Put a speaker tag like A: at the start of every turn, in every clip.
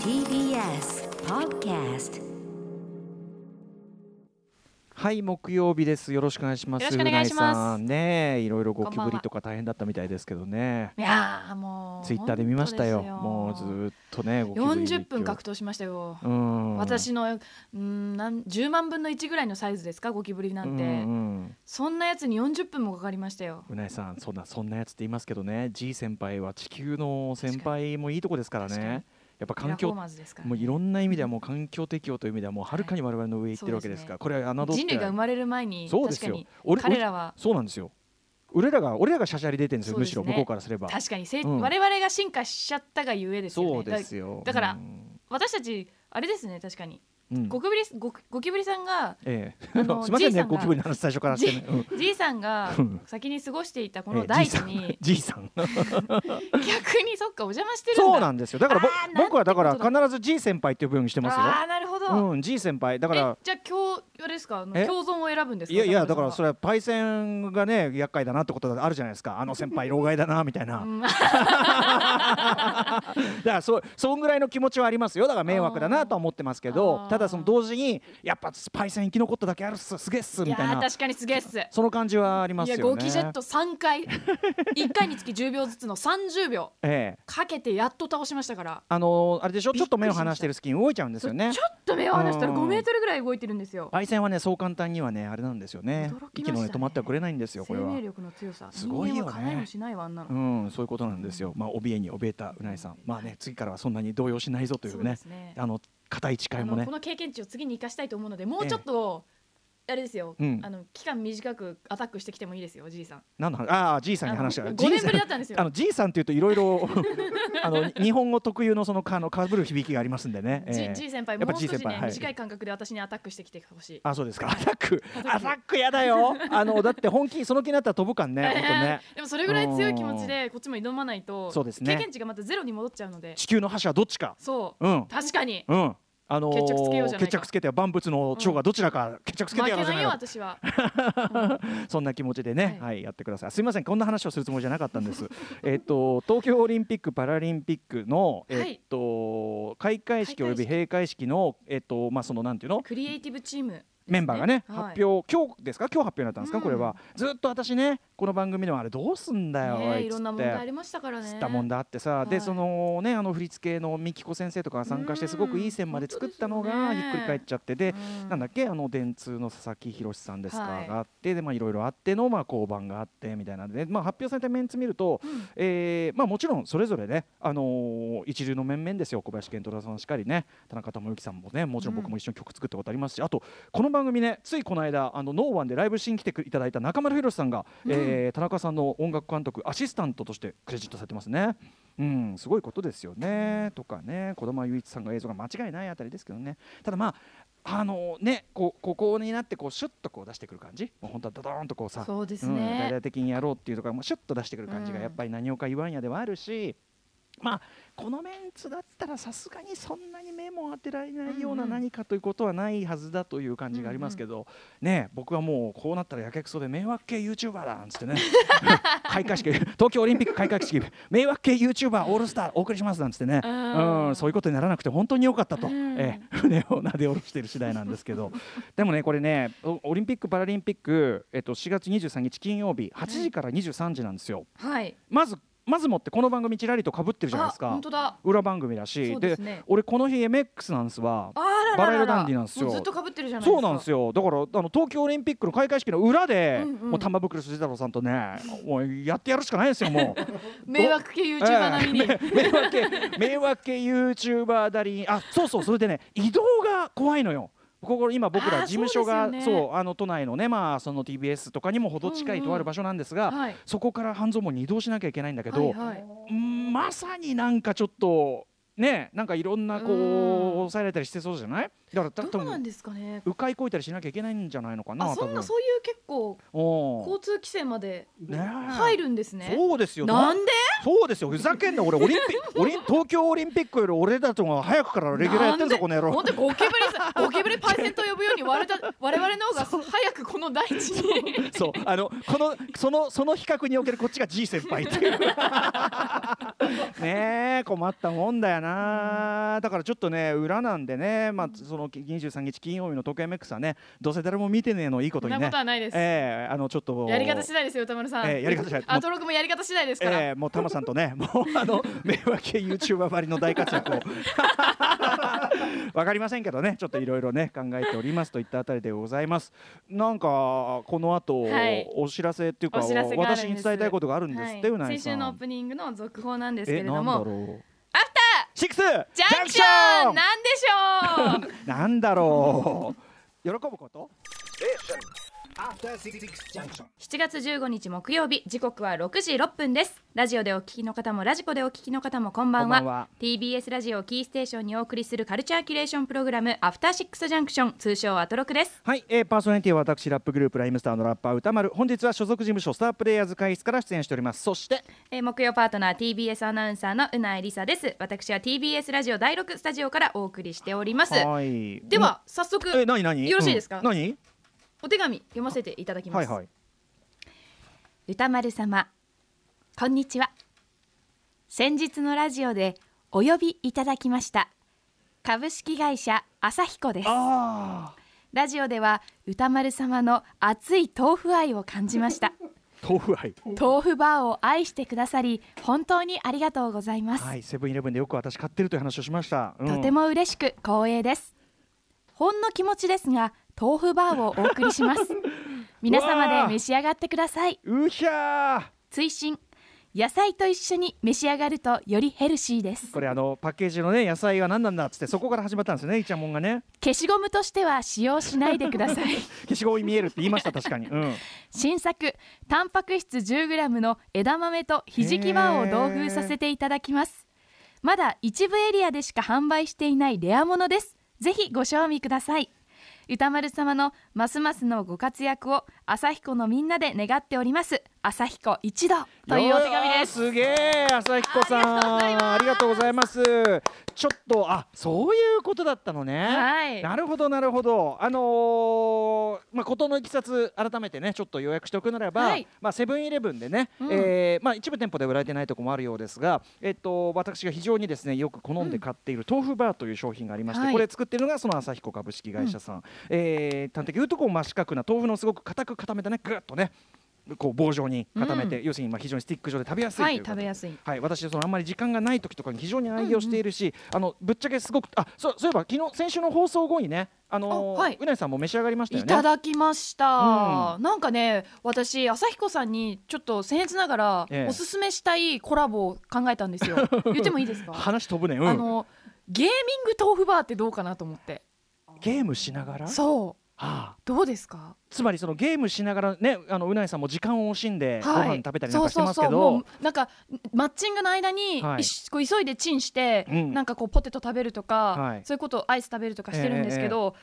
A: TBS Podcast
B: はい木曜日ですよろしくお願いします
C: よろしくお願いします
B: うなさんねえいろいろゴキブ
C: こんばん
B: リ
C: は
B: とか大変だったみたいですけどね
C: いやーもう
B: ツイッターで見ましたよもう
C: 本
B: ず
C: 当です
B: ーっとねゴキブリ
C: 40分格闘しましたよ、
B: うん
C: 私のうんなん10万分の1ぐらいのサイズですかゴキブリなんて、
B: うん
C: そんなやつに40分もかかりましたよ
B: うんうなえさんそんなそんなやつって言いますけどね G 先輩は地球の先輩もいいとこですから
C: 確かに
B: ねやっぱ環
C: ラフォー
B: 境
C: マーズですから
B: もういろんな意味ではもう環境適応という意味ではもうはるかに我々の上行ってるわけですから、
C: はい
B: これは侮って
C: 人類が生まれる前に
B: そうで
C: 確
B: す
C: か
B: よ
C: に
B: 俺
C: 彼
B: 俺
C: らは
B: そうなんですよ俺らが俺らがシャシャリ出てるんですよ
C: そう
B: む
C: で
B: し
C: すね
B: ろ向こうからすれば
C: 確かにせい、
B: うん
C: 我々が進化しちゃったがゆえですよね
B: そうですよ
C: だから
B: うん
C: だ私たちあれですね確かに
B: うん
C: ゴキブリゴキゴキブリさんが
B: ええ、
C: あの
B: すみません
C: じい
B: ね
C: さんが
B: ゴキブリの話最初からしてね、うん
C: じいさんが
B: うん
C: 先に過ごしていたこ
B: え
C: の
B: え
C: 大地に
B: じいさんじいさん
C: 逆にそっかお邪魔してるんだ
B: そうなんですよだからぼ
C: あーなんて
B: 僕はだから
C: ことだ
B: 必ずじい先輩って呼ぶようにしてます
C: ああなるほど、
B: ようんじい先輩だから
C: えじゃあ今日あれですかあの
B: え
C: 共存を選ぶんですか
B: いやいやだからそ
C: れ
B: れはパイセンがね厄介だなってことがあるじゃないですかあの先輩老害だなみたいな、だからそうそんぐらいの気持ちはありますよだから迷惑だなとは思ってますけ
C: あ
B: ど
C: ー
B: ただその同時にやっぱパイセン生き残っただけあるっすすげえっす
C: い
B: み
C: や
B: たい
C: ー
B: な
C: 確かにすげえっす
B: その感じはありま
C: い
B: すよ
C: や
B: ね
C: ゴキジェット3回1回につき10秒ずつの30秒
B: ええ
C: かけてやっと倒しましたから
B: あのーあれでしょ
C: び
B: ち
C: っ
B: ょ
C: くりしました
B: っと目を離してる隙に動いちゃうんですよね
C: ちょっと目を離したら
B: うん
C: 5メートルぐらい動いてるんですよ
B: パイセンはねそう簡単にはねあれなんですよね
C: 驚きまし
B: 息
C: たね
B: の根止まってはくれないんですよこ
C: 生
B: れは
C: 命力の強さ
B: すごいよね
C: 人間は叶えもしないわあんなの、
B: うんそういうことなんですよまあ怯えに怯えたうないさんまあね次からはそんなに動揺しないぞとい
C: そううで
B: ね
C: すね
B: あの固い誓いも
C: あの
B: ね
C: この経験値を次に生かしたいと思うのでもうちょっと、あれですよ、
B: うん
C: あの期間短くアタックしてきてもいいですよおじいさん
B: 何の話ああじいさんに話が
C: あの
B: じい
C: 5年
B: さん
C: ぶりだったんですよ
B: あのじいさんっていうといろい ろあの日本語特有のそのかあのかぶる響きがありますんでね、
C: じ
B: ええ
C: じい先輩
B: や
C: も
B: っぱ
C: う
B: じ
C: 少
B: い
C: し
B: 先
C: ね、
B: 輩はい
C: 短い間隔で私にアタックしてきてほしい。
B: あそうですかアタックアタックやだよあのだって本気その気になったら飛ぶかんね本当ね
C: でもそれぐらい強い気持ちでこっちも挑まないと
B: そうですね
C: 経験値がまたゼロに戻っちゃうので
B: 地球の覇者はどっちか
C: そう、
B: うん
C: 確かに
B: うんあのー
C: 決着つけようじゃないか
B: 決着つけて万物の長がどちらか決着つ
C: 負
B: けて
C: け
B: やろうじゃ
C: な
B: ないい
C: よ
B: か
C: 私は
B: そんな気持ちでね、は、
C: はい
B: やってください。すみません、こんな話をするつもりじゃなかったんです。 えっと、東京オリンピック・パラリンピックの、
C: はい
B: えっと、開会式および閉会式の、えっと、まあ、そのなんていうの。
C: クリエイティブチームですね、
B: メンバーがね、
C: はい
B: 発表今日ですか今日発表になったんですか、
C: うん
B: これはずっと私ねこの番組でもあれどうすんだよ、
C: ね
B: お
C: い
B: っつ
C: ろんな
B: っ
C: 問題あ
B: て
C: りましたからね
B: 吸ったもんだってさ、
C: はい
B: でそのねあの振り付けのみきこ先生とかが参加してすごくいい線まで作ったのが
C: うん
B: ひっくり返っちゃってで、
C: うん
B: なんだっけあの電通の佐々木宏さんですか、
C: はい
B: があってでまあいろいろあってのまあ交番があってみたいなんで、まあ、発表されたメンツ見ると、
C: うん
B: えーまあ、もちろんそれぞれね、あのー一流の面々ですよ小林健太郎さんしかりね田中智之さんもねもちろん僕も一緒に曲作ったことありますし、あとこの番組ねついこの間あのノーワンでライブしに来ていただいた中丸宏さんが、えー田中さんの音楽監督アシスタントとしてクレジットされてますね。うん、すごいことですよねとかね児玉雄一さんが映像が間違いないあたりですけどねただまああのねこうここになってこうシュッとこう出してくる感じもう本当はドドーンとこうさ
C: そうです
B: うん、大
C: ね、
B: 々的にやろうっていうところもシュッと出してくる感じが
C: うん
B: やっぱり何をか言わんやではあるし、まあこのメンツだったらさすがにそんなに目も当てられないよう
C: う
B: なん
C: うん
B: 何かということはないはずだという感じがありますけど、ねえ僕はもうこうなったらやけくそで迷惑系 YouTuber だなんつって ね開会式東京オリンピック開会式迷惑系 YouTuber オールスターお送りしますなんつってね、
C: うん
B: うん、そういうことにならなくて本当に良かったと、
C: うん
B: ええ船をなで下ろしている次第なんですけ どでもねこれねおオリンピック・パラリンピック、えっと、4月23日金曜日8時から23時なんですよ。
C: はい
B: まずまずもってこの番組ちらりとかぶってるじゃないです
C: あ
B: か
C: 本当だ
B: 裏番組だし
C: そうですね
B: 俺この日 MX なんですわ
C: あらららら
B: バラ色ダンディなんですよ
C: もうずっと被ってるじゃないです
B: そ
C: か
B: うなんですよだからあの東京オリンピックの開会式の裏で、
C: うんうん
B: もう玉袋筋太郎さんとねもうやってやるしかないですよもう。
C: 迷惑系 YouTuber 並みに、
B: ええめ迷 惑系迷惑系ユーチューバーだりにあそうそうそれでね移動が怖いのよ。ここ今僕
C: あー
B: ら事務所がそ
C: そ
B: うう,、
C: ですよね
B: あの都内のねまあその TBS とかにもほど近
C: う
B: い
C: んうん
B: とある場所なんですが、
C: はい
B: そこから半蔵門に移動しなきゃいけないんだけど、
C: はいはい、
B: うんまさになんかちょっとねなんかいろんなこう
C: うん
B: 抑えられたりしてそうじゃないだからた多
C: どうなん
B: 分
C: ですかね
B: 迂回こいたりしなきゃいけないんじゃないのかな
C: あそんなそういう結構
B: お
C: 交通規制まで
B: ねえ
C: 入るんですね
B: そうですよ
C: なんで
B: そうですよふざけんな俺オリンピッ クオリン東京オリンピックより俺だとが早くからレギュラーやってんぞこの野郎
C: 本当にゴキブリさゴキブリパイセンと呼ぶように我々た我々の方が早くこの大地に
B: そうあのこのそのその比較におけるこっちが G 先 輩っていうねえ困ったもんだよなだからちょっとね裏なんでねまあその23日金曜日の東京 MX はねどうせ誰も見てねえのいいこ
C: そ
B: と
C: ん
B: に
C: なこ
B: ね
C: とはないです、
B: ええあのちょっと
C: やり方次第ですよ歌丸さん、
B: ええやり方次第
C: アトロクもやり方次第ですから、
B: ええもうタマさんとね もうあの名脇ユーチューバーばりの大活躍を わかりませんけどねちょっといろいろね考えておりますといったあたりでございますなんかこの後、
C: はい
B: お知らせっていうか
C: お知らせがあるんです
B: 私に伝えたいことがあるんですって、う
C: は、
B: ないぎ
C: 先
B: さん
C: 週のオープニングの続報なんですけ
B: え
C: れ
B: な
C: ど
B: んだ
C: も
B: ろう
C: アフタ
B: シックス
C: ージャンクション
B: ジ
C: なんでしょう
B: なんだろう喜ぶこと
C: 7月15日木曜日時刻は6時6分ですラジオでお聞きの方もラジコでお聞きの方もこんばんは
B: こんばんは
C: TBS ラジオをキーステーションにお送りするカルチャーキュレーションプログラムアフターシックスジャンクション通称アトロクです
B: はい、えーパーソナリティは私ラップグループライムスターのラッパー歌丸本日は所属事務所スタープレイヤーズ会議室から出演しておりますそして
C: えー木曜パートナー TBS アナウンサーのうなえりさです私は TBS ラジオ第6スタジオからお送りしております
B: はい
C: では早速
B: え、なになに。
C: よろしいですか
B: うん何。
C: お手紙読ませていただきます、
B: はいはい。
C: 歌丸様こんにちは先日のラジオでお呼びいただきました株式会社朝彦です
B: ああ。
C: ラジオでは歌丸様の熱い豆腐愛を感じま した
B: 豆腐愛。
C: 豆腐バーを愛してくださり本当にありがとうございます、
B: はい、セブンイレブンでよく私買ってるという話をしました。うん
C: とて。も嬉しく光栄ですほんの気持ちですが豆腐バーをお送りし ます皆様で召し上がってくださいう
B: ひゃ
C: 追伸野菜と一緒に召し上がるとよりヘルシーです
B: ー。これあのパッケージのね、野菜は何なんだっつって、そこから始まったんですね、いちゃもんがね。
C: 消しゴムとしては使用しないでください
B: 消しゴムに見えるって言いました、確かに。うん。
C: 新作タンパク質 10g の枝豆とひじきバーを同封させていただきますまだ一部エリアでしか販売していないレアものですぜひご賞味ください歌丸様のますますのご活躍を朝彦のみんなで願っております朝彦一同というお手紙です
B: よーすげえ、朝彦さん。ありがとうございます。ちょっと、あ、そういうことだったのね。
C: はい
B: なるほど、なるほど。あのーまあ、事のいきさつ、改めてね、ちょっと予約しておくならば。
C: はい
B: まあ、セブンイレブンでね、
C: うん
B: えーまあ、一部店舗で売られてないとこもあるようですが。えっと、私が非常にですね、よく好んで買っている豆腐バーという商品がありまして、
C: はい
B: これ作っているのが、その朝彦株式会社さん。えー端的に言うと、こう、真四角な豆腐のすごく硬く固めたね、ぐっとね。こう棒状に固めて、要するにまあ非常にスティック状で食べやすいと
C: はいいう
B: こと
C: 食べやすい
B: はい、私そのあんまり時間がない時とかに非常に愛用しているし、あのぶっちゃけすごくあそうそういえば昨日先週の放送後にねあのー
C: あはいう
B: なぎさんも召し上がりましたよ
C: い
B: ね。
C: ただきました、
B: う
C: なんかね私朝彦さんにちょっと僭越ながら
B: ええ
C: おすすめしたいコラボを考えたんで すよ言ってもいいですか、
B: 話飛ぶね、う
C: あ
B: ん、
C: のゲーミング豆腐バーってどうかなと思って
B: ゲームしながら、は
C: そう
B: あ、
C: どうですか
B: つまりそのゲームしながらねあのうなぎさんも時間を惜しんでご
C: はい
B: 飯食べたりなんかしてますけ
C: そうそうそう
B: ど、
C: もうなんかマッチングの間に、
B: はい
C: いしこう急いでチンして、
B: うん
C: なんかこうポテト食べるとか、
B: はい
C: そういうことアイス食べるとかしてるんですけど、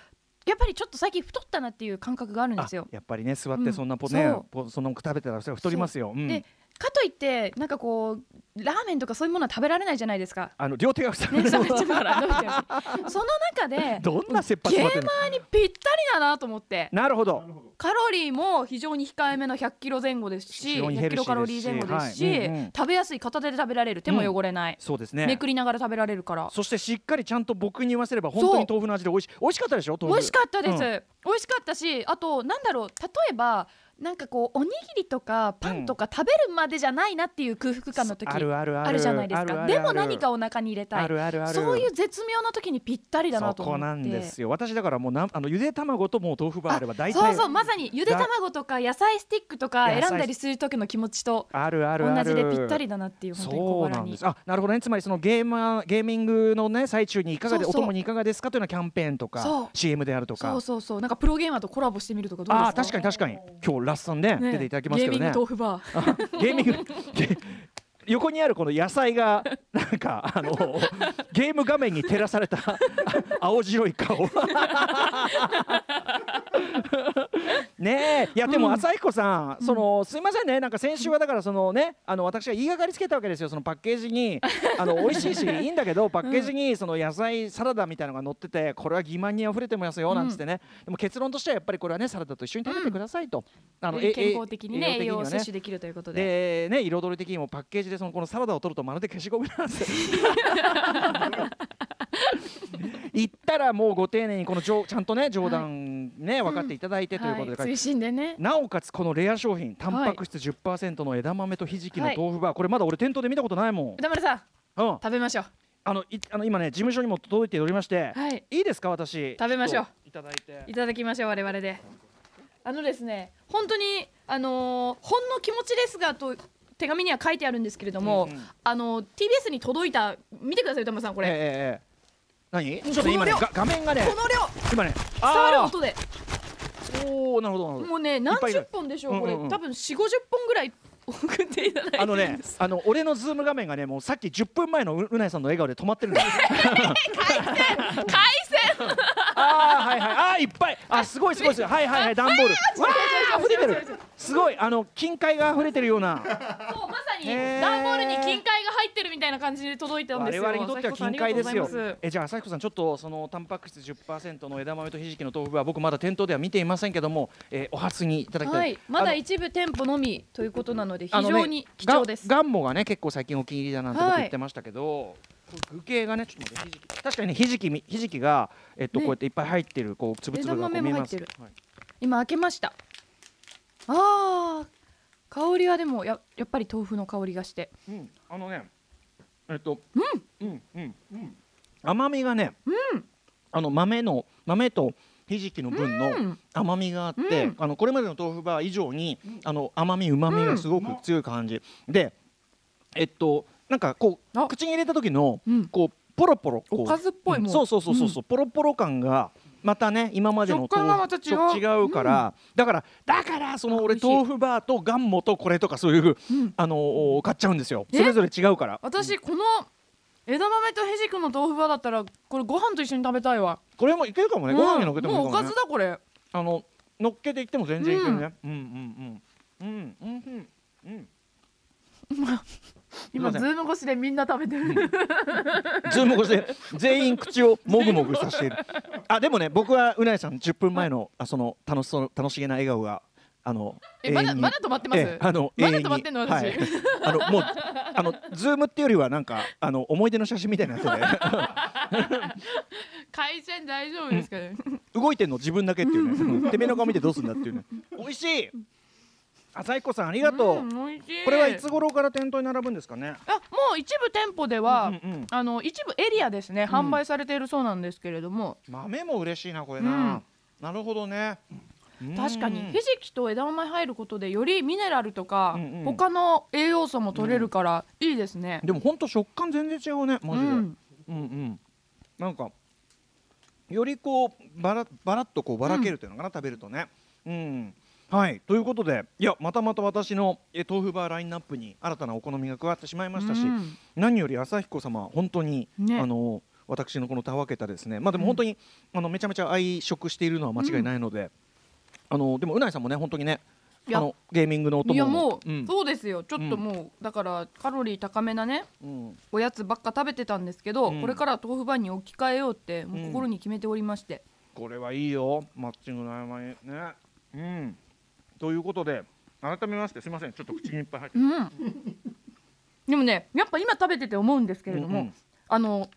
C: やっぱりちょっと最近太ったなっていう感覚があるん
B: あ
C: ですよ
B: やっぱりね座ってそんなポ、
C: うん
B: ね
C: そう
B: ポそんなもん食べてたらそれは太りますよ。うん
C: でかといってなんかこうラーメンとかそういうものは食べられないじゃないですか
B: あの両手が塞が
C: ね、
B: れて
C: 喋
B: る
C: っちゃうから伸びちゃ うしその中で
B: どんな切羽詰まってるの
C: ゲーマーにぴったりだなと思って
B: なるほど。
C: カロリーも非常に控えめの100キロ前後です
B: 非
C: し
B: 常にヘ
C: 100
B: ル
C: キ
B: シーですし
C: ロカロリー前後ですし、
B: はいうんうん
C: 食べやすい片手で食べられる手も汚れない、
B: そうですね。
C: めくりながら食べられるから
B: そしてしっかりちゃんと僕に言わせれば本当に豆腐の味で美味しい美味しかったでしょ豆
C: 美
B: 腐
C: 味しかったです、
B: うん
C: 美味しかったしあとなんだろう例えばなんかこうおにぎりとかパンとか食べるまでじゃないなっていう空腹感の時
B: あるあるある
C: あるじゃないです
B: あるあ
C: か
B: るあ
C: で
B: る
C: も何かお腹に入れた
B: あ
C: い
B: るあるある
C: そういう絶妙な時にぴったりだなと
B: そ
C: 思っ
B: こ
C: て
B: なんですよ私だからもうなあのゆで卵ともう豆腐があれば大体
C: そうそうまさにゆで卵とか野菜スティックとか
B: 野菜
C: 選んだりする時の気持ちと
B: あるあるあ
C: 同
B: る
C: じでぴったりだなっていう本当に小
B: そうな
C: 腹
B: んで
C: に
B: すあなるほどねつまりそのゲーマーゲーミングのね最中にいかがで
C: そうそう
B: お供にいかがですかというようなキャンペーンと
C: そ
B: か
C: う
B: CM であるとか
C: そうそうそうなんかプロゲーマーとコラボしてみるとかどうで
B: あ
C: すか
B: ー確かに確かに今日ラスさんね
C: ね
B: 出ていただきますけど
C: ゲーミン
B: ね
C: グ豆腐バー
B: あゲーミングゲ横にあるこの野菜 がなんかあのゲーム画面に照らされた あ青白い顔 ねえいやでも朝彦さん、そのすいませんねなんか先週はだからそのねあの私が言いがかりつけたわけですよそのパッケージにあ の美味しいしいいんだけどパッケージにその野菜サラダみたいのが載っててこれは欺瞞に溢れてますよなんつってね、でも結論としてはやっぱりこれはねサラダと一緒に食べてくださいと、あ
C: よ
B: え
C: り健康的にね
B: 栄
C: 栄養
B: 養
C: を
B: 的には
C: 摂取できるということで
B: でね彩り的にもパッケージでそのこのサラダを取るとまるで消しゴムなん ですよ言ったらもうご丁寧にこのじょうちゃんとね冗談ね、分かっていただいてということで、
C: はい推進でね
B: なおかつこのレア商品タンパク質10%の枝豆とひじきの豆腐バー、これまだ俺店頭で見たことないも
C: 歌丸さん
B: ん、うん、
C: 食べましょう
B: あのいあの今ね事務所にも届いておりまして、
C: はい
B: いいですか私
C: 食べましょう
B: ちっといただいて
C: いただきましょう我々であのですね本当にあのーほんの気持ちですがと手紙には書いてあるんですけれども、
B: うんうん
C: あの TBS に届いた見てください歌丸さんこ
B: ええ
C: れ、
B: ええええ何ちょっと今ね
C: この量
B: が画面がね
C: この量
B: 今ね
C: 伝わる
B: あ
C: 音で
B: ーおおなるほどなるほど
C: もうね
B: い
C: 何
B: ぱいいる
C: 十本でしょうこれ、
B: うんうんうん
C: 多分4 5 0本ぐらい 送っていただいて
B: あの
C: るん
B: ね
C: で、す
B: あの俺のズーム画面がね、もうさっき10分前のううなえさんの笑顔で止まってるんです。
C: 回 線
B: ああ、はいはい、ああ、いっぱい、あ、すごいすごいすごい、はいはいはい、段ボール。わあ、溢れてる。すごい、あの金塊が溢れてるような。
C: そうまさに
B: へー
C: 段ボールに金塊が入ってるみたいな感じで届いたんで
B: 我
C: すよ
B: 々にとっては金塊です
C: あ
B: よ
C: りがとうございま。
B: え、じゃあ、朝彦さん、ちょっとそのタンパク質10%の枝豆とひじきの豆腐は、僕まだ店頭では見ていませんけども。えーお初にいただきたい。
C: はい、ま
B: あ
C: だ
B: の
C: 一部店舗のみということなので非
B: あのね
C: 常に貴重です。
B: ガンガンモがね結構最近お気に入りだなんて
C: は
B: 僕
C: い
B: 言ってましたけど、これ具形がねちょっと待ってひじき確かにねひじきみひじきがえっと
C: ね
B: こうやっていっぱい入ってるこうつぶつぶがこう
C: 枝豆も
B: 見えます。
C: 入って
B: はい
C: 今開けました。あー香りはでもややっぱり豆腐の香りがして、
B: うんあのねえっとうんうんうんうん甘みがね、あの豆の豆とひじきの分
C: う
B: の
C: ん
B: 甘みがあって、
C: うん
B: あのこれまでの豆腐バー以上にあの甘み旨みがすごく強い感じ、でえっとなんかこ
C: あ
B: う口に入れた時の
C: うん、
B: こうポロポロこう
C: おかずっぽいもん。
B: そうそうそうそうそう、ポロポロ感がまたね今までの
C: 食感がまた違う
B: 豆腐と違うから、だからだからその俺
C: 美味しい
B: 豆腐バーとガンモとこれとかそういう、
C: うん
B: あのー買っちゃうんですよ
C: え
B: それぞれ違うから
C: 私この枝豆とへじくの豆腐はだったらこれご飯と一緒に食べたいわ。
B: これもいけるかもねご飯にのっけてもいい
C: うんもうお
B: かも
C: か
B: ね
C: ずだこれ。
B: あの乗っけていっても全然いけるねうんうんうんうんうんうんうん
C: 今
B: す
C: ズ
B: いま
C: ーム越しでみんな食べてる。
B: ズーム越しで全員口をもぐもぐさせているあでもね僕はうなえさん10分前のあその楽しそう楽しげな笑顔があの
C: えま
B: 永
C: だ
B: 遠に
C: まだ止まってます。
B: ええあの
C: まだ
B: 永遠に
C: 止まってんの私
B: はい、あのもうあのズームっていうよりはなんかあの思い出の写真みたいになって て
C: 回線大丈夫ですかね。
B: 動いてんの自分だけっていうねうんてめえの顔見てどうすんだっていうね美味しい朝彦さんありがとう、
C: うん美味しい。
B: これはいつ頃から店頭に並ぶんですかね
C: あもう一部店舗では、
B: うんうんうん
C: あの一部エリアですね販売されているそうなんですけれども、
B: 豆も嬉しいなこれな、なるほどね
C: 確かに
B: うん
C: ひじきと枝豆入ることでよりミネラルとか、
B: うんうん
C: 他の栄養素も取れるから、いいですね。
B: でもほんと食感全然違うねマ
C: う
B: ジで、
C: ん、
B: うんうんなんかよりこうばらばらっとこうばらけるというのかな、食べるとね。うんはいということでいやまたまた私のえ豆腐バーラインナップに新たなお好みが加わってしまいましたし、
C: うん
B: 何より朝彦様本当に、
C: ね
B: あの私のこのたわけたですねまあでも本当に、あのめちゃめちゃ愛食しているのは間違いないので、あのでもうないさんもね本当にね
C: い
B: あ
C: や
B: のゲーミングのお供
C: いやもう、
B: ん
C: そうですよちょっともう、だからカロリー高めなね
B: うん
C: おやつばっか食べてたんですけど、
B: うん
C: これからは豆腐バーに置き換えようってもう心に決めておりまして、
B: これはいいよマッチングの合間にねうんということで改めましてすいませんちょっと口にいっぱい入って
C: うん でもねやっぱ今食べてて思うんですけれども、
B: うんうん
C: あの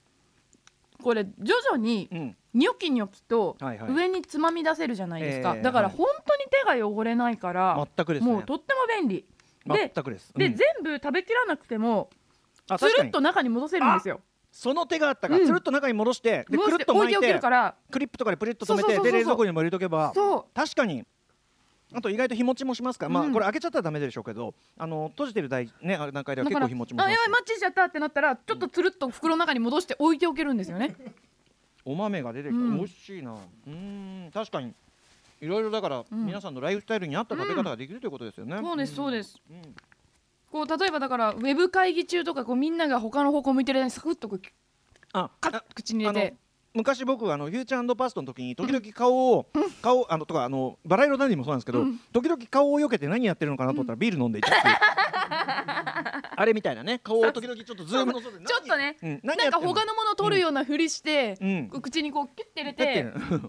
C: これ徐々に
B: うん
C: ニョキニョキと
B: はいはい
C: 上につまみ出せるじゃないですか、
B: ええ
C: だから
B: はい
C: 本当に手が汚れないから、
B: 全くですね
C: もうとっても便利で,、
B: 全くです
C: で
B: うん
C: 全部食べきらなくても
B: あ
C: つ
B: 確か
C: るっ
B: に
C: と中に戻せるんですよ
B: その手があったから
C: うん
B: つるっと中に戻してで
C: 戻
B: く
C: し
B: る
C: て
B: っと
C: 置
B: 巻
C: いて
B: い
C: おけ
B: て
C: るから
B: クリップとかでプリッと止め
C: そうそう
B: て
C: そう
B: で
C: そう
B: 冷蔵庫にも入れとけば
C: そう
B: 確かにあと意外と日持ちもしますから、まあ
C: うん
B: これ開けちゃったらダメでしょうけどあの閉じてる台ねあれ段階では
C: だ
B: 結
C: か
B: 構
C: らあ
B: 日
C: や
B: 持ちもし
C: ば
B: ます
C: いマッチしちゃったってなったらちょっとつるっと袋の中に戻して置いておけるんですよね
B: お豆が出てきた、
C: うん
B: 美味しいなうーん確かにいろいろだから、
C: うん
B: 皆さんのライフスタイルに合った食べ方ができるということですよね、
C: そうですそうです
B: うん
C: こう例えばだからウェブ会議中とかこうみんなが他の方向向いてる間にサクッとこう
B: あ
C: カッ口に入れて
B: 昔僕あのフューチャーパストの時に時々顔を、顔あのとかあのバラ色ダンディもそうなんですけど、時々顔をよけて何やってるのかなと思ったら、ビール飲んでいたっていう あれみたいなね顔を時々ちょっとズームの外で
C: ちょっとね、
B: うん
C: な
B: 何
C: ん
B: やって
C: か
B: んの
C: 他のものを取るようなふりして、
B: うん
C: こう口にこうキュッて入れ
B: やってる
C: て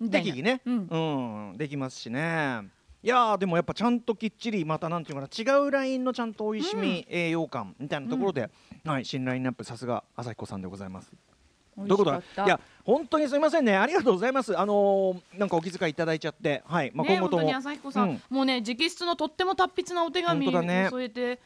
C: みたいな
B: 適宜ね、
C: うん
B: うんできますしねいやーでもやっぱちゃんときっちりまたなんていうのかな違うラインのちゃんとおいしみ、栄養感みたいなところで、はい新ラインナップさすが朝彦さんでございます。
C: 美
B: どうい
C: 味
B: うこ
C: し
B: と
C: か
B: だ
C: った
B: いや本当にすみませんねありがとうございますあのーなんかお気遣いいただいちゃってはいまあ、
C: ね
B: 今後とも
C: 本当に朝彦さん、
B: うん
C: もうね直筆のとっても達筆なお手紙
B: 本当
C: を
B: だね
C: 添えて、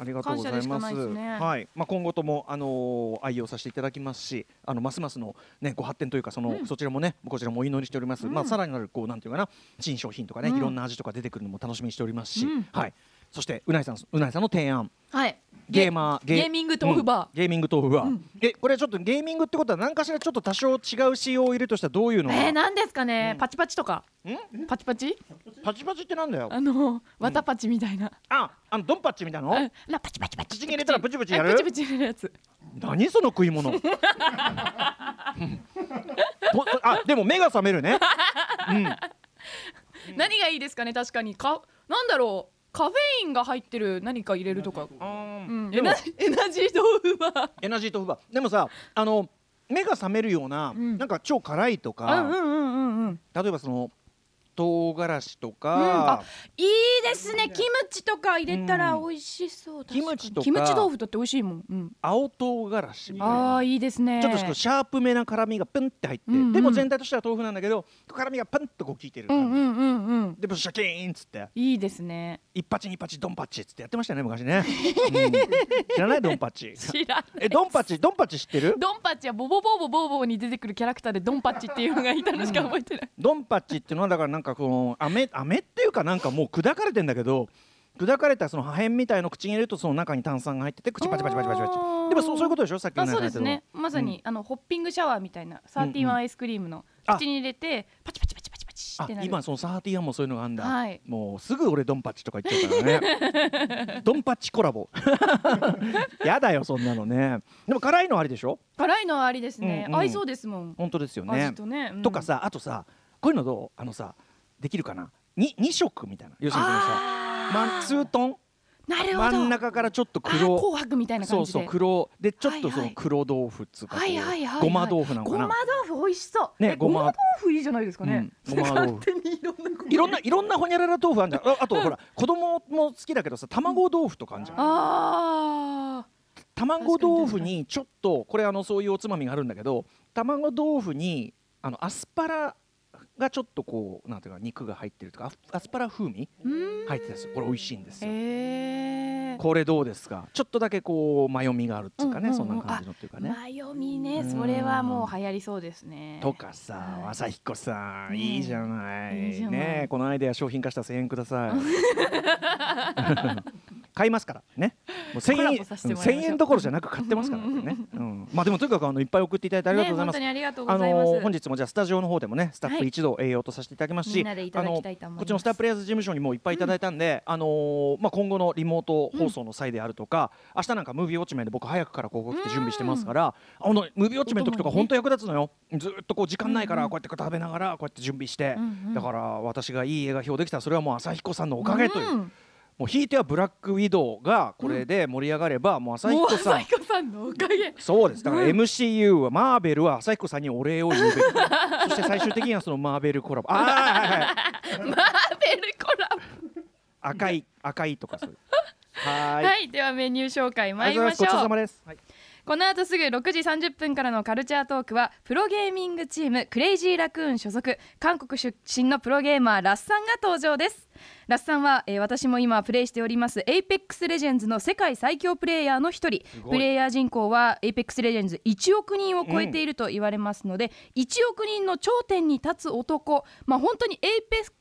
B: ありがとうござい
C: 感謝でしか
B: ま
C: ない
B: す。
C: ですね
B: はい、まあ今後ともあのー愛用させていただきますし、あのますますのねご発展というかその、そちらもねこちらもお祈りしております。まあさらなるこうなんていうかな新商品とかね、
C: うん
B: いろんな味とか出てくるのも楽しみにしておりますし、
C: うん
B: はい。そしてうないさんうないさんの提案。
C: はい
B: ゲーマー
C: ゲーミング豆腐バ
B: うんゲーミング豆腐バー、えこれちょっとゲーミングってことは何かしらちょっと多少違う仕様を入れるとしたらどういうのが、
C: えー、なんですかね、
B: うん
C: パチパチとか
B: ん
C: パチパチ
B: パチパチってなんだよ
C: あのわたパチみたいな、
B: ああのドンパッチみたいなの、
C: うんなパチパチパチ
B: 口に入れたらプチプチやる
C: あプチプチやるやつ
B: 何その食い 物うんほあでも目が覚めるね、
C: 何がいいですかね確かにかなんだろうカフェインが入ってる何か入れるとか、
B: うん
C: うん、
B: で
C: エ
B: も
C: ナエナジー豆腐バ
B: エナジー豆腐バーでもさあの目が覚めるような、
C: うん
B: なんか超辛いと
C: ー
B: か、
C: うんうんうんうんうん
B: 例えばその唐辛子と
C: うん
B: か
C: あ、いいですねキムチとか入れたら美味しそう、確か
B: キ
C: に
B: ムチとか
C: キムチ豆腐だって美味しいもん、うん、
B: 青唐辛子みたい
C: あ
B: な
C: あ。いいですね
B: ちょっとこうシャープめな辛みがプンって入って、
C: うんうん
B: でも全体としては豆腐なんだけど辛みがパンとこう効いてる
C: う
B: 感じ、
C: んうんうんうん
B: でブシャキーンっつって
C: いいですね
B: 一発二発ドンパッチっつってやってましたよね昔ね、うん知らないドンパッ チ
C: 知らん
B: えドンパチドンパチ知ってる
C: ドンパッチはボボボボボボに出てくるキャラクターでドンパッチっていうのがいたのしか覚えてない、
B: ドンパッチっていうのはだからなんかこの飴飴っていうかなんかもう砕かれてんだけど砕かれたその破片みたいの口に入れるとその中に炭酸が入ってて口パチパチパチパチパチ
C: あー
B: でもそうそういうことでしょさっきの
C: あ
B: 話
C: そう
B: だ
C: で
B: け
C: す
B: ど
C: ねまさに、あのホッピングシャワーみたいなサーティワンアイスクリームの
B: あ
C: 口に入れてパチパチパチパチパチっ
B: あ
C: てなる
B: 今そのサーティワンもそういうのがあんだ、
C: はい
B: もうすぐ俺ドンパッチとか言っちゃうからね ドンパッチコラボ やだよそんなのねでも辛いのありでしょ
C: 辛いのはありですね、
B: うんうん
C: 合いそうですもん、
B: 本当ですよね
C: 味とね、うん
B: とかさあとさこういうのどうあのさできるかなに二色みたいな要するにそのさ
C: あー
B: マンツートン
C: なるほど
B: 真ん中からちょっと
C: あー
B: 黒
C: 紅白みたいな
B: そ
C: 感
B: う
C: じ
B: そう
C: で
B: 黒でちょっ
C: はいは
B: と
C: い
B: その黒豆腐っつうかこう
C: はいはいはいはい
B: ごま豆腐なの
C: ご
B: か
C: ま
B: な
C: 豆腐美味しそう
B: ね
C: え
B: ご
C: ご
B: ま
C: ま豆腐いいじゃないですかね、
B: うんごま豆腐
C: 勝手にいろんなこと
B: いろんないろんなほにゃらら豆腐あんじゃんああとほら子供も好きだけどさ卵豆腐とかあんじゃん
C: あ
B: 卵豆腐にちょっとこれあのそういうおつまみがあるんだけど卵豆腐にあのアスパラがちょっとこうなんていうか肉が入ってるとかアスアスパラ風味
C: ーうーん
B: 入ってたんですよこれ美味しいんですよ
C: えー
B: これどうですかちょっとだけこうマヨミがあるっていうかね
C: うんうん
B: そ
C: うん
B: んな感じのっていうかね
C: マヨミねそれはもう流行りそうですね
B: とかさ、
C: はい
B: 朝彦さん、
C: ねえ
B: いいじゃない。
C: いいじゃない
B: ねえ、このアイデア商品化したら1000円ください。 買いますからね。もう1000
C: コラ
B: 円、
C: ボさせてもらいましょう
B: 1000円どころじゃなく買ってますからね。 うん、まあでもとにかくあのいっぱい送っていただいてありがとうございます。
C: ね本当にありがとう
B: あ
C: ございます、
B: のー本日もじゃあスタジオの方でもねスタッ
C: は
B: フ
C: い
B: 一同栄養とさせていただきます
C: み
B: し、
C: んなでい
B: あ
C: ただ
B: の
C: き
B: こ
C: たいと思います
B: っちのスタープレイヤーズ事務所にもいっぱいいただいたんで、あのーまあ今後のリモート放送の際であるとか、明日なんかムービーウォッチメンで僕早くからここ来て準備してますから、あのムービーウォッチメンの時とか本当役立つのよ。ずーっとこう時間ないからこうやって食べながらこうやって準備して、
C: うんうん
B: だから私がいい映画表できたらそれはもう朝彦さんのおかげという。
C: うん
B: もうひいてはブラックウィドウがこれで盛り上がればもう朝彦さん
C: もう朝彦さんの おか げ
B: そうですだから MCU はマーベルは朝彦さんにお礼を言うべきそして最終的にはそのマーベルコラボあーはいはいはい
C: マーベルコラボ
B: 赤い赤いとか そういうはーい
C: はい、ではメニュー紹介
B: あ
C: 参
B: り
C: り
B: がとうござい
C: ま
B: ま
C: し
B: すごちそうさまです、は
C: ょう
B: い
C: この後すぐ6時30分からのカルチャートークはプロゲーミングチームクレイジーラクーン所属韓国出身のプロゲーマーラッサンが登場ですラッサンは、えー私も今プレイしております APEX レジェンズの世界最強プレイヤーの一人
B: ごい
C: プレイヤー人口は APEX レジェンズ1億人を超えていると言われますので、1億人の頂点に立つ男まあ本当に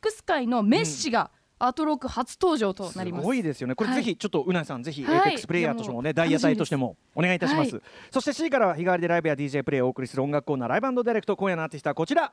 C: APEX 界のメッシがアトロック初登場とな
B: す
C: ります、
B: ごいですよねこれ
C: は
B: ぜ
C: い
B: ひちょっとうなさんぜひ
C: はい
B: APEX プレイヤーとしても
C: い
B: ね
C: や
B: ダイヤ
C: 楽し
B: 隊
C: みです
B: としてもお願いいたします
C: は
B: そして C からは日替わりでライブや DJ プレイをお送りする音楽コーナーライブディレクト今夜のアーティストはこちら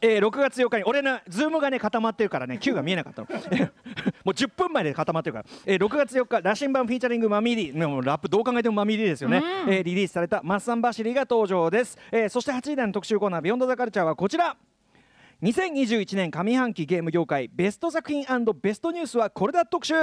B: えー6月8日に俺ねズームがね固まってるからね Q が見えなかったの もう10分前で固まってるから、えー6月4日羅針盤フィーチャリングマミリーもうラップどう考えてもマミリーですよね、えーリリースされたマッサンバシリが登場です、えーそして8時台の特集コーナー「ビヨンドザカルチャーはこちら2021年上半期ゲーム業界ベスト作品ベストニュースはこれだ特集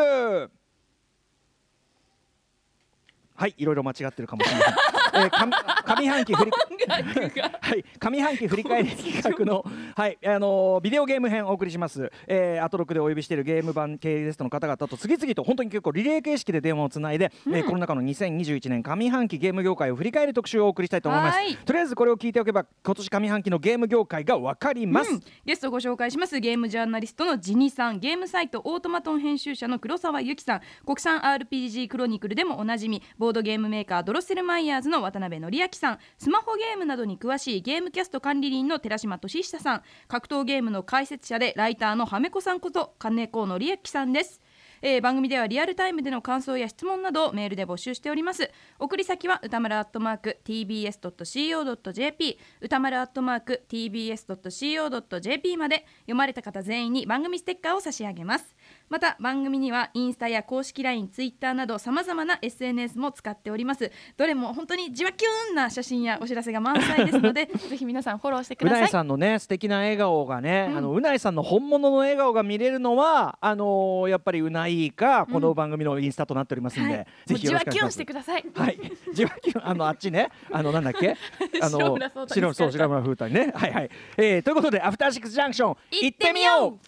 B: はいいろいろ間違ってるかもしれない、えー上上半期振りはい、上半期振り返り企画の、はいあのービデオゲーム編お送りします、えーアトロクでお呼びしているゲーム版系ゲストの方々と次々と本当に結構リレー形式で電話をつないで、えーこの中の2021年上半期ゲーム業界を振り返る特集をお送りしたいと思いま
C: はーい
B: すとりあえずこれを聞いておけば今年上半期のゲーム業界が分かります、
C: うんゲストをご紹介しますゲームジャーナリストのジニさんゲームサイトオートマトン編集者の黒沢由紀さん国産 RPG クロニクルでもおなじみボードゲームメーカードロッセルマイヤーズの渡辺則明さんスマホゲームなどに詳しいゲームキャスト管理人の寺島俊久さん格闘ゲームの解説者でライターの羽目子さんこと金子則明さんですえー番組ではリアルタイムでの感想や質問などをメールで募集しております送り先は歌丸アットマーク tbs.co.jp 歌丸アットマーク tbs.co.jp まで読まれた方全員に番組ステッカーを差し上げますまた番組にはインスタや公式 LINE、Twitter などさまざまな SNS も使っておりますどれも本当にじわきゅんな写真やお知らせが満載です のでぜひ皆さんフォローしてく
B: う
C: だ
B: な
C: さ
B: い
C: い
B: さんのね素敵な笑顔がね、あのうないさんの本物の笑顔が見れるのはあのーやっぱりうないかこの番組のインスタとなっておりますんで、
C: はい
B: ぜ
D: もう
B: ひ
D: じ
B: よ
D: わ
B: ろしくお
D: きゅ
B: 願い
D: んし
B: し
D: て
B: ます
D: ください。
B: はい、じわきゅんあのあっちね、あのなんだっけ、あ
C: 白
B: の
C: 浦相談
B: 白そう白村風太ね、はいはい、えー、ということでアフターシックスジャンクション行ってみよ